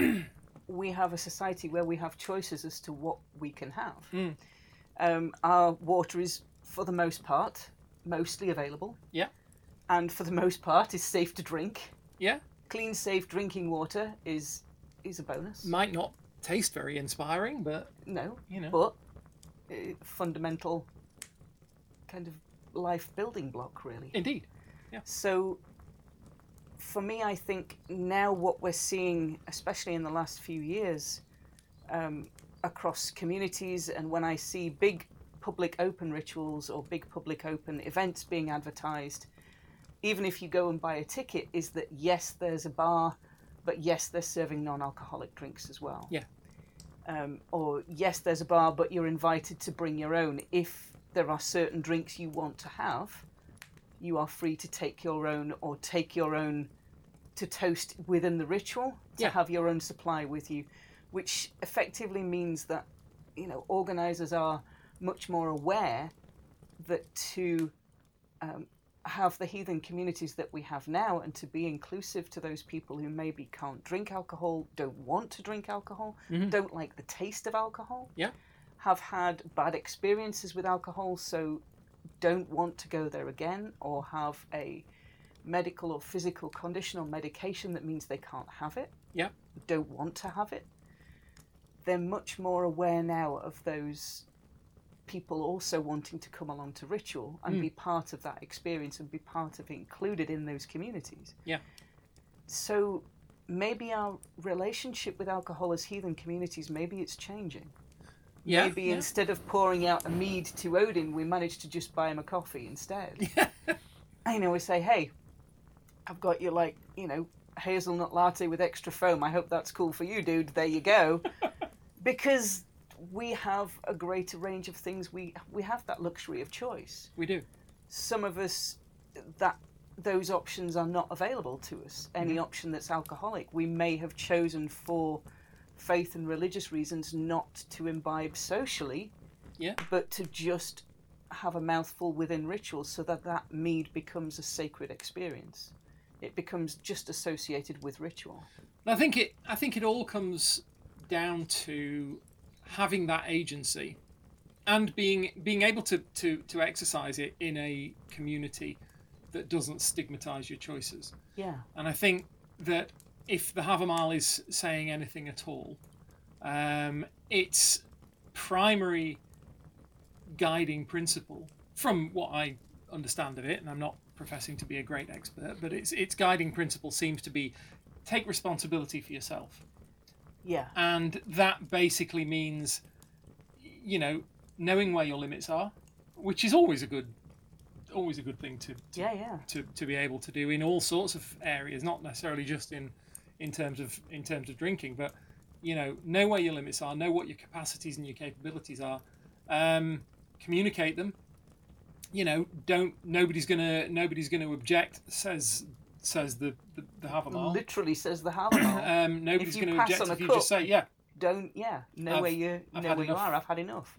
Speaker 2: we have a society where we have choices as to what we can have.
Speaker 1: Hmm.
Speaker 2: Um, our water is, for the most part, mostly available.
Speaker 1: Yeah.
Speaker 2: And for the most part, is safe to drink.
Speaker 1: Yeah.
Speaker 2: Clean, safe drinking water is is a bonus.
Speaker 1: might not taste very inspiring, but
Speaker 2: no,
Speaker 1: you know,
Speaker 2: but uh, fundamental kind of life building block, really.
Speaker 1: indeed,
Speaker 2: So, for me, I think now what we're seeing, especially in the last few years, um, across communities, and when I see big public open rituals or big public open events being advertised, even if you go and buy a ticket, is that yes, there's a bar, but yes, they're serving non alcoholic drinks as well.
Speaker 1: Yeah.
Speaker 2: Um, or yes, there's a bar, but you're invited to bring your own. If there are certain drinks you want to have, you are free to take your own or take your own to toast within the ritual to
Speaker 1: Yeah.
Speaker 2: have your own supply with you which effectively means that you know organizers are much more aware that to um, have the heathen communities that we have now and to be inclusive to those people who maybe can't drink alcohol don't want to drink alcohol don't like the taste of alcohol
Speaker 1: Mm-hmm. Yeah.
Speaker 2: have had bad experiences with alcohol so don't want to go there again or have a medical or physical condition or medication that means they can't have it,
Speaker 1: yeah.
Speaker 2: don't want to have it, they're much more aware now of those people also wanting to come along to ritual and
Speaker 1: Hmm.
Speaker 2: be part of that experience and be part of included in those communities.
Speaker 1: Yeah.
Speaker 2: So maybe our relationship with alcohol as heathen communities, maybe it's changing.
Speaker 1: Yeah.
Speaker 2: Maybe
Speaker 1: yeah.
Speaker 2: instead of pouring out a mead to Odin, we managed to just buy him a coffee instead. I know we say, hey, I've got your like, you know, hazelnut latte with extra foam. I hope that's cool for you, dude. There you go. because we have a greater range of things. We we have that luxury of choice.
Speaker 1: we do.
Speaker 2: Some of us that those options are not available to us. Any option that's alcoholic, we may have chosen for faith and religious reasons not to imbibe socially,
Speaker 1: Yeah.
Speaker 2: but to just have a mouthful within rituals so that that mead becomes a sacred experience. It becomes just associated with ritual.
Speaker 1: And I think it. I think it all comes down to having that agency and being being able to to to exercise it in a community that doesn't stigmatize your choices.
Speaker 2: Yeah,
Speaker 1: And I think that if the Havamal is saying anything at all, um, its primary guiding principle, from what I understand of it, and I'm not professing to be a great expert, but its its guiding principle seems to be take responsibility for yourself,
Speaker 2: yeah,
Speaker 1: and that basically means, you know, knowing where your limits are, which is always a good, always a good thing to, to
Speaker 2: yeah, yeah.
Speaker 1: to, to be able to do in all sorts of areas, not necessarily just in in terms of in terms of drinking, but you know, know where your limits are, know what your capacities and your capabilities are, um, communicate them. You know, don't nobody's gonna nobody's gonna object. Says says the the, the Havamal.
Speaker 2: Literally says the Halamal.
Speaker 1: Um, nobody's
Speaker 2: you
Speaker 1: gonna
Speaker 2: pass
Speaker 1: object
Speaker 2: on a
Speaker 1: if you
Speaker 2: cup,
Speaker 1: just say yeah.
Speaker 2: Don't, yeah, know
Speaker 1: I've-
Speaker 2: where you
Speaker 1: I've
Speaker 2: know
Speaker 1: had
Speaker 2: where you
Speaker 1: enough.
Speaker 2: are. I've had enough.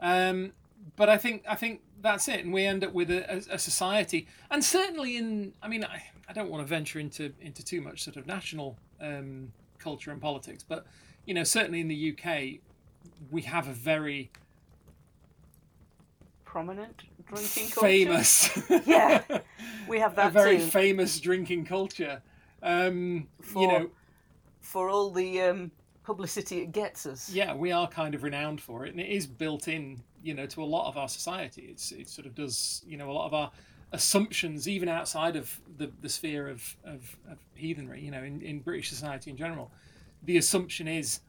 Speaker 1: Um, but I think I think that's it, and we end up with a, a, a society, and certainly in I mean I, I don't want to venture into into too much sort of national um, culture and politics, but you know certainly in the UK we have a very
Speaker 2: Prominent drinking culture.
Speaker 1: famous
Speaker 2: Yeah, we have
Speaker 1: a
Speaker 2: that
Speaker 1: very
Speaker 2: too.
Speaker 1: famous drinking culture. Um, you
Speaker 2: For-
Speaker 1: know
Speaker 2: for all the um, publicity it gets us.
Speaker 1: yeah, we are kind of renowned for it, and it is built in, you know, to a lot of our society. It's it sort of does, you know, a lot of our assumptions, even outside of the, the sphere of, of, of heathenry, you know, in, in British society in general, the assumption is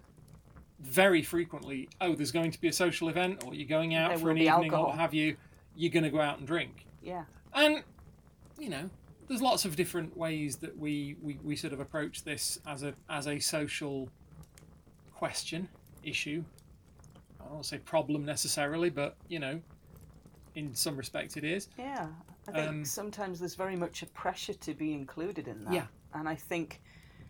Speaker 1: very frequently, oh, there's going to be a social event, or you're going out
Speaker 2: There
Speaker 1: for
Speaker 2: will
Speaker 1: an
Speaker 2: be
Speaker 1: evening, or
Speaker 2: alcohol.
Speaker 1: what have you, you're going to go out and drink.
Speaker 2: Yeah.
Speaker 1: And you know, there's lots of different ways that we, we, we sort of approach this as a as a social question issue. I don't want to say problem necessarily, but you know, in some respects it is.
Speaker 2: Yeah, I think
Speaker 1: Um,
Speaker 2: sometimes there's very much a pressure to be included in that.
Speaker 1: Yeah.
Speaker 2: And I think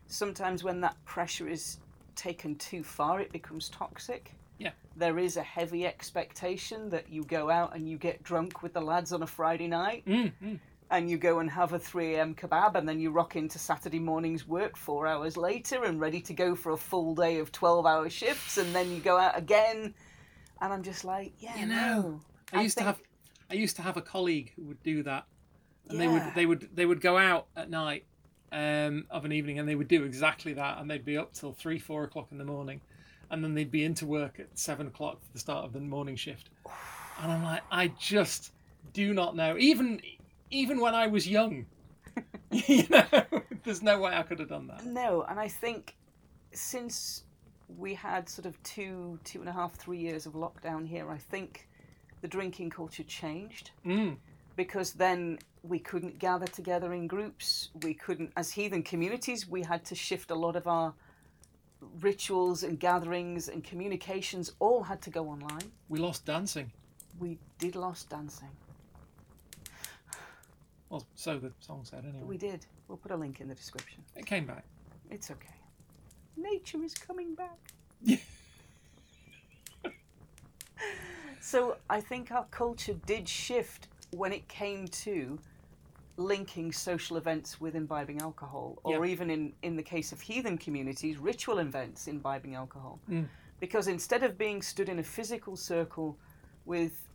Speaker 2: sometimes when that pressure is taken too far, it becomes toxic.
Speaker 1: Yeah.
Speaker 2: There is a heavy expectation that you go out and you get drunk with the lads on a Friday night
Speaker 1: Mm, mm.
Speaker 2: and you go and have a 3 a.m. kebab and then you rock into Saturday morning's work four hours later and ready to go for a full day of 12 hour shifts and then you go out again. And I'm just like, yeah,
Speaker 1: You know,
Speaker 2: no.
Speaker 1: I used to
Speaker 2: think-
Speaker 1: have I used to have a colleague who would do that, and they
Speaker 2: Yeah.
Speaker 1: would they would they would go out at night um, of an evening, and they would do exactly that, and they'd be up till three four o'clock in the morning, and then they'd be into work at seven o'clock for the start of the morning shift, and I'm like, I just do not know. Even even when I was young, you know, there's no way I could have done that.
Speaker 2: No, and I think since we had sort of two, two and a half, three years of lockdown here, I think the drinking culture changed
Speaker 1: Mm,
Speaker 2: because then we couldn't gather together in groups. We couldn't, as heathen communities, we had to shift a lot of our rituals and gatherings and communications all had to go online.
Speaker 1: we lost dancing.
Speaker 2: We did lost dancing.
Speaker 1: Well, so the song said anyway.
Speaker 2: We did. We'll put a link in the description.
Speaker 1: It came back.
Speaker 2: It's okay. Nature is coming back. so I think our culture did shift when it came to linking social events with imbibing alcohol, or even in, in the case of heathen communities, ritual events imbibing alcohol.
Speaker 1: Mm.
Speaker 2: Because instead of being stood in a physical circle with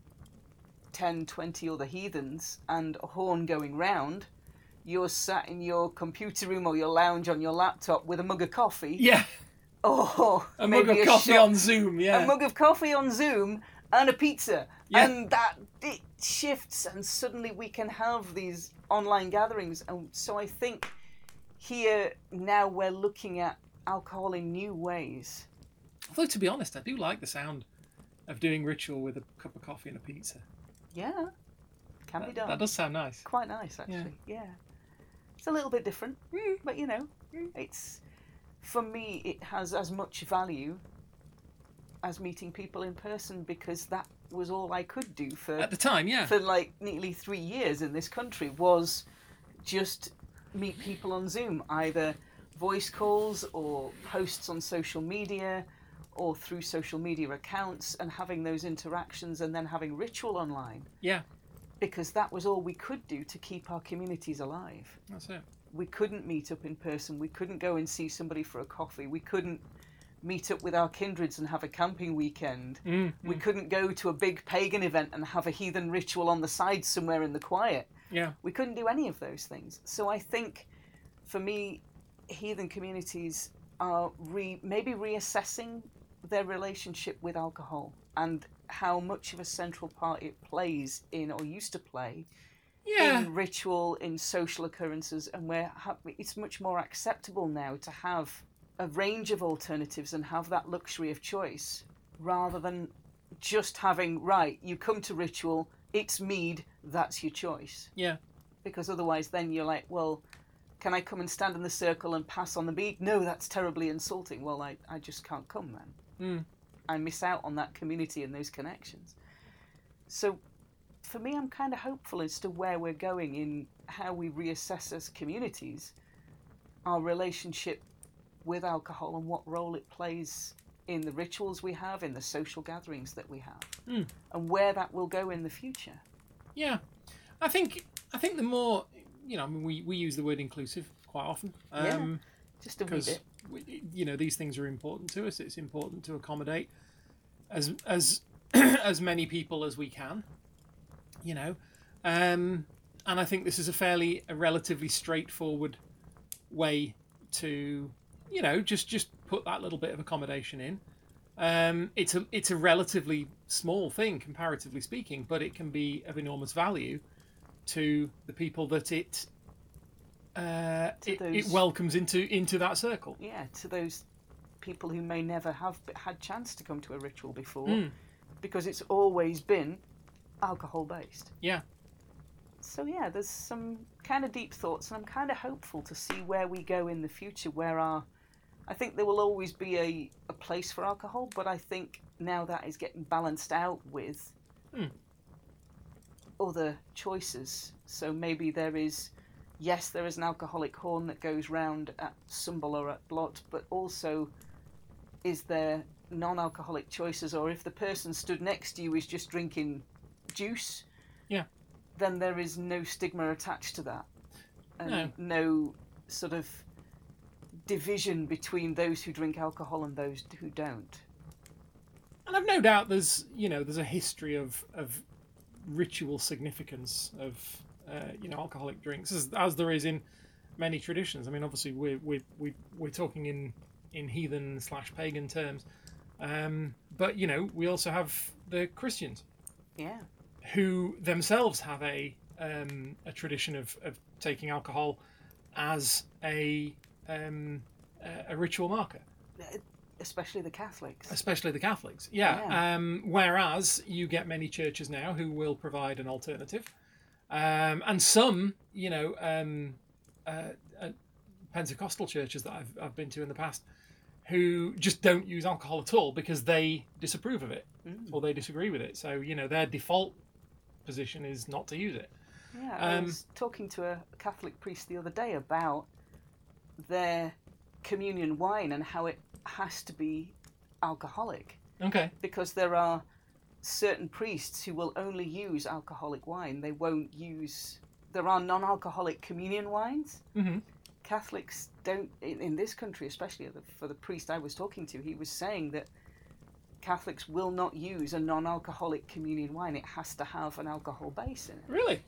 Speaker 2: 10, 20 other heathens and a horn going round, you're sat in your computer room or your lounge on your laptop with a mug of coffee
Speaker 1: Yeah,
Speaker 2: or
Speaker 1: a
Speaker 2: Oh, maybe
Speaker 1: mug of coffee
Speaker 2: shot-
Speaker 1: on Zoom. Yeah.
Speaker 2: a mug of coffee on Zoom and a pizza.
Speaker 1: Yeah.
Speaker 2: And that it shifts, and suddenly we can have these online gatherings. And so I think here now we're looking at alcohol in new ways.
Speaker 1: Although to be honest, I do like the sound of doing ritual with a cup of coffee and a pizza.
Speaker 2: Yeah, can be
Speaker 1: That,
Speaker 2: done.
Speaker 1: that does sound nice.
Speaker 2: Quite nice, actually. Yeah. It's a little bit different,
Speaker 1: Mm.
Speaker 2: but you know, it's for me, it has as much value as meeting people in person because that was all I could do for
Speaker 1: At the time, yeah.
Speaker 2: Uh, for like nearly three years in this country was just meet people on Zoom, either voice calls or posts on social media or through social media accounts and having those interactions and then having ritual online.
Speaker 1: Yeah.
Speaker 2: Because that was all we could do to keep our communities alive.
Speaker 1: That's it.
Speaker 2: We couldn't meet up in person, we couldn't go and see somebody for a coffee, we couldn't meet up with our kindreds and have a camping weekend.
Speaker 1: Mm,
Speaker 2: We couldn't go to a big pagan event and have a heathen ritual on the side somewhere in the quiet.
Speaker 1: Yeah.
Speaker 2: We couldn't do any of those things. So I think for me, heathen communities are re- maybe reassessing their relationship with alcohol and how much of a central part it plays in or used to play
Speaker 1: Yeah.
Speaker 2: in ritual, in social occurrences, and where ha- it's much more acceptable now to have a range of alternatives and have that luxury of choice rather than just having, right, you come to ritual, it's mead, that's your choice.
Speaker 1: Yeah.
Speaker 2: Because otherwise, then you're like, well, can I come and stand in the circle and pass on the mead? No, that's terribly insulting. Well, I, I just can't come then.
Speaker 1: Mm.
Speaker 2: I miss out on that community and those connections. So for me, I'm kind of hopeful as to where we're going in how we reassess as communities our relationship with alcohol and what role it plays in the rituals we have, in the social gatherings that we have,
Speaker 1: Mm.
Speaker 2: and where that will go in the future.
Speaker 1: Yeah. I think I think the more you know, I mean, we, we use the word inclusive quite often.
Speaker 2: Yeah.
Speaker 1: Um
Speaker 2: Just a wee
Speaker 1: because
Speaker 2: bit.
Speaker 1: you know these things are important to us. It's important to accommodate as as as many people as we can. You know, um, and I think this is a fairly a relatively straightforward way to you know, just just put that little bit of accommodation in. Um, it's a it's a relatively small thing, comparatively speaking, but it can be of enormous value to the people that it uh,
Speaker 2: To
Speaker 1: it, it
Speaker 2: those-
Speaker 1: welcomes into into that circle.
Speaker 2: yeah, to those people who may never have b- had chance to come to a ritual before,
Speaker 1: Mm.
Speaker 2: because it's always been alcohol based.
Speaker 1: Yeah.
Speaker 2: So yeah, there's some kind of deep thoughts, and I'm kind of hopeful to see where we go in the future. Where our, I think there will always be a, a place for alcohol, but I think now that is getting balanced out with
Speaker 1: Mm.
Speaker 2: other choices. So maybe there is yes, there is an alcoholic horn that goes round at Sumble or at Blot, but also is there non alcoholic choices, or if the person stood next to you is just drinking juice,
Speaker 1: Yeah.
Speaker 2: then there is no stigma attached to that. And no. sort of division between those who drink alcohol and those who don't.
Speaker 1: and I've no doubt there's you know there's a history of of ritual significance of uh, you know alcoholic drinks as, as there is in many traditions. I mean, obviously we're we we we're talking in in heathen slash pagan terms, um, but you know we also have the Christians
Speaker 2: Yeah.
Speaker 1: who themselves have a um, a tradition of, of taking alcohol as a um, a- a ritual marker
Speaker 2: Especially the Catholics.
Speaker 1: especially the Catholics. Yeah.
Speaker 2: Yeah.
Speaker 1: Um, whereas you get many churches now who will provide an alternative, um, and some, you know, um, uh, uh, Pentecostal churches that I've, I've been to in the past who just don't use alcohol at all because they disapprove of it
Speaker 2: Mm.
Speaker 1: or they disagree with it. So you know, their default position is not to use it.
Speaker 2: Yeah, I
Speaker 1: Um,
Speaker 2: was talking to a Catholic priest the other day about their communion wine and how it has to be alcoholic
Speaker 1: Okay.
Speaker 2: because there are certain priests who will only use alcoholic wine. They won't use. There are non-alcoholic communion wines.
Speaker 1: hmm
Speaker 2: Catholics don't in, in this country, especially the, for the priest I was talking to, he was saying that Catholics will not use a non-alcoholic communion wine. It has to have an alcohol base in it.
Speaker 1: Really,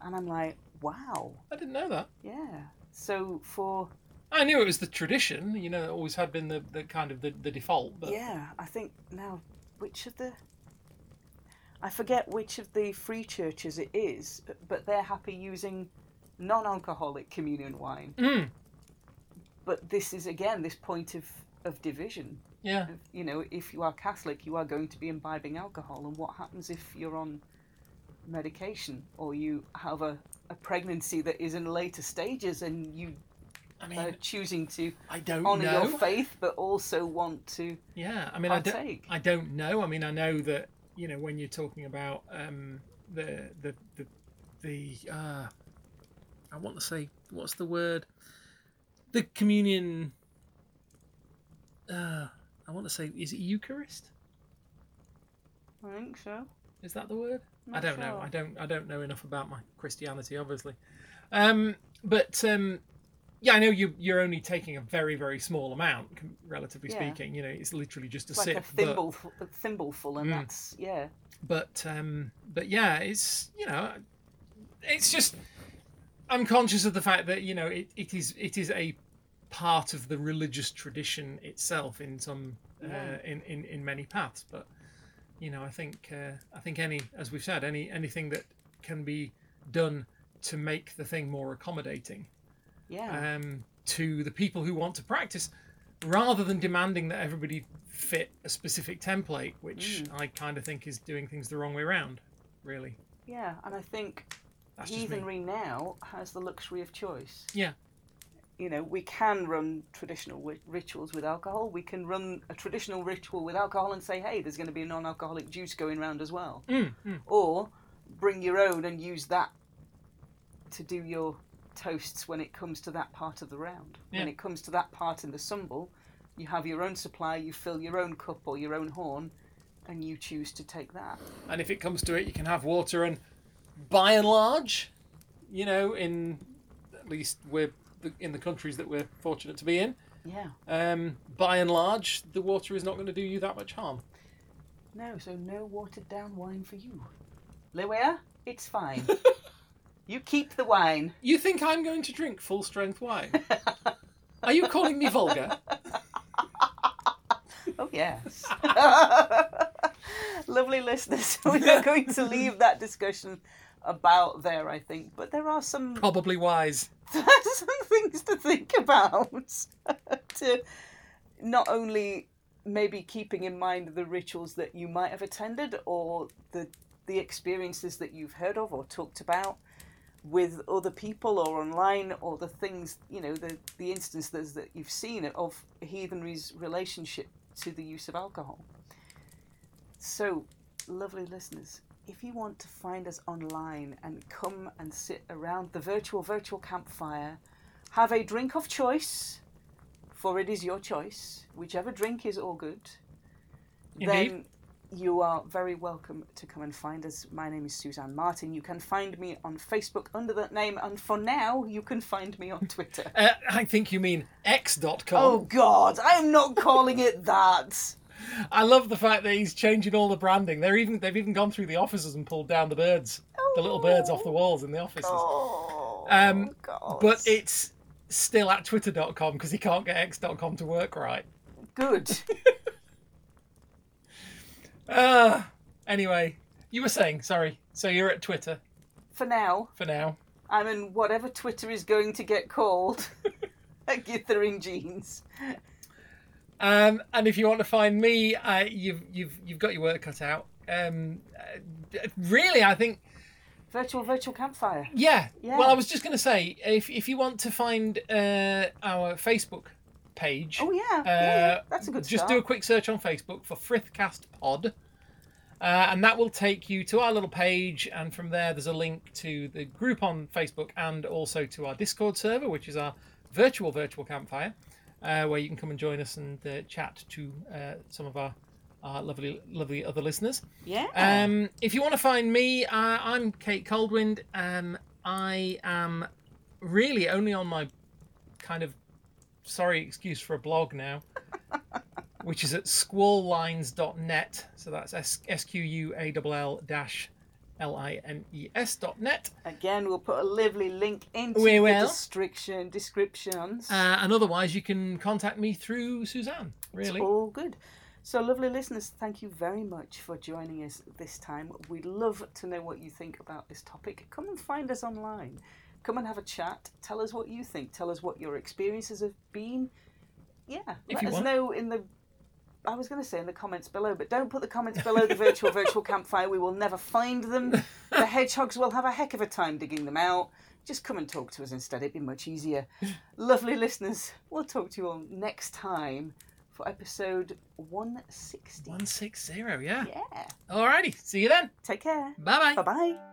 Speaker 2: And I'm like, wow.
Speaker 1: I didn't know that.
Speaker 2: Yeah. So for
Speaker 1: I knew it was the tradition. You know, it always had been the, the kind of the, the default. But
Speaker 2: yeah, I think now which of the I forget which of the free churches it is, but they're happy using non-alcoholic communion wine.
Speaker 1: Mm,
Speaker 2: But this is again this point of of division.
Speaker 1: yeah.
Speaker 2: Of, you know, if you are Catholic, you are going to be imbibing alcohol, and what happens if you're on medication or you have a, a pregnancy that is in later stages and you
Speaker 1: I mean,
Speaker 2: are choosing to
Speaker 1: I don't
Speaker 2: honour
Speaker 1: know.
Speaker 2: your faith but also want to
Speaker 1: Yeah, I mean, I don't,
Speaker 2: partake.
Speaker 1: I don't know. I mean, I know that you know when you're talking about um, the the the the uh, I want to say what's the word? The communion. Uh, I want to say is it Eucharist?
Speaker 2: I think so.
Speaker 1: Is that the word? I
Speaker 2: Not
Speaker 1: don't know.
Speaker 2: sure.
Speaker 1: I don't. I don't know enough about my Christianity, obviously. Um, but um, yeah, I know you. You're only taking a very, very small amount, com- relatively
Speaker 2: Yeah.
Speaker 1: speaking. You know, it's literally just a
Speaker 2: like
Speaker 1: sip.
Speaker 2: a
Speaker 1: but-
Speaker 2: thimble, a thimbleful, and
Speaker 1: Mm.
Speaker 2: that's yeah,
Speaker 1: but um but yeah it's you know it's just i'm conscious of the fact that you know it, it is it is a part of the religious tradition itself in some
Speaker 2: Yeah.
Speaker 1: uh, in, in in many paths but you know i think uh, i think any as we've said any anything that can be done to make the thing more accommodating
Speaker 2: yeah,
Speaker 1: um, to the people who want to practice rather than demanding that everybody fit a specific template, which I kind of think is doing things the wrong way around, really.
Speaker 2: yeah. And I think
Speaker 1: That's just me.
Speaker 2: heathenry now has the luxury of choice.
Speaker 1: Yeah.
Speaker 2: You know, we can run traditional wi- rituals with alcohol. We can run a traditional ritual with alcohol and say, hey, there's going to be a non-alcoholic juice going round as well,
Speaker 1: Mm, mm.
Speaker 2: or bring your own and use that to do your toasts when it comes to that part of the round. When
Speaker 1: Yeah.
Speaker 2: it comes to that part in the sumble, you have your own supply. You fill your own cup or your own horn, and you choose to take that.
Speaker 1: And if it comes to it, you can have water, and by and large, you know, in at least we're the- in the countries that we're fortunate to be in,
Speaker 2: Yeah.
Speaker 1: um, by and large, the water is not going to do you that much harm.
Speaker 2: No, so no watered down wine for you. Lewea, it's fine. you keep the wine.
Speaker 1: You think I'm going to drink full strength wine? Are you calling me vulgar?
Speaker 2: Oh, yes. Lovely listeners. We're not going to leave that discussion about there, I think, but there are some
Speaker 1: Probably wise.
Speaker 2: there's some things to think about to not only maybe keeping in mind the rituals that you might have attended or the the experiences that you've heard of or talked about with other people or online or the things you know the the instances that you've seen of heathenry's relationship to the use of alcohol so lovely listeners if you want to find us online and come and sit around the virtual virtual campfire, have a drink of choice, for it is your choice. Whichever drink is all good. Then
Speaker 1: Indeed.
Speaker 2: you are very welcome to come and find us. My name is Suzanne Martin. You can find me on Facebook under that name, and for now, you can find me on Twitter.
Speaker 1: Uh, I think you mean x.com.
Speaker 2: oh God, I am not calling it that.
Speaker 1: I love the fact that he's changing all the branding. They're even they've even gone through the offices and pulled down the birds, the little birds off the walls in the offices.
Speaker 2: Oh,
Speaker 1: Um,
Speaker 2: God.
Speaker 1: But it's still at twitter.com because he can't get x.com to work right.
Speaker 2: good.
Speaker 1: Uh, anyway, you were saying, sorry. So you're at Twitter
Speaker 2: for now.
Speaker 1: for now.
Speaker 2: I'm in whatever Twitter is going to get called. at Githering Jeans.
Speaker 1: Um, and if you want to find me, uh, you've you've you've got your work cut out. Um, uh, really, I think
Speaker 2: Virtual Virtual Campfire.
Speaker 1: Yeah.
Speaker 2: Yeah.
Speaker 1: Well, I was just going to say if if you want to find uh, our Facebook page,
Speaker 2: Oh yeah, yeah, yeah. that's a good
Speaker 1: Uh, Just do a
Speaker 2: start.
Speaker 1: quick search on Facebook for Frithcast Pod. Uh, and that will take you to our little page, and from there, there's a link to the group on Facebook and also to our Discord server, which is our virtual virtual campfire, uh, where you can come and join us and uh, chat to uh, some of our, our lovely, lovely other listeners.
Speaker 2: yeah.
Speaker 1: Um, if you want to find me, uh, I'm Kate Coldwind. Um, I am really only on my kind of sorry excuse for a blog now, which is at squalllines.net. So that's S- S-Q-U-A-L-L dash L-I-N-E-S E dot net.
Speaker 2: Again, we'll put a lovely link into
Speaker 1: We
Speaker 2: the
Speaker 1: will.
Speaker 2: description descriptions.
Speaker 1: Uh, and otherwise, you can contact me through Suzanne,
Speaker 2: It's
Speaker 1: really.
Speaker 2: all good. So, lovely listeners, thank you very much for joining us this time. We'd love to know what you think about this topic. Come and find us online. Come and have a chat. Tell us what you think. Tell us what your experiences have been. Yeah,
Speaker 1: If
Speaker 2: let
Speaker 1: you
Speaker 2: us
Speaker 1: want.
Speaker 2: know in the. I was going to say in the comments below, but don't put the comments below the virtual virtual campfire. We will never find them. The hedgehogs will have a heck of a time digging them out. Just come and talk to us instead. It'd be much easier. Lovely listeners, we'll talk to you all next time for episode 160.
Speaker 1: 160, yeah.
Speaker 2: Yeah.
Speaker 1: Alrighty, see you then.
Speaker 2: Take care.
Speaker 1: Bye bye.
Speaker 2: Bye bye.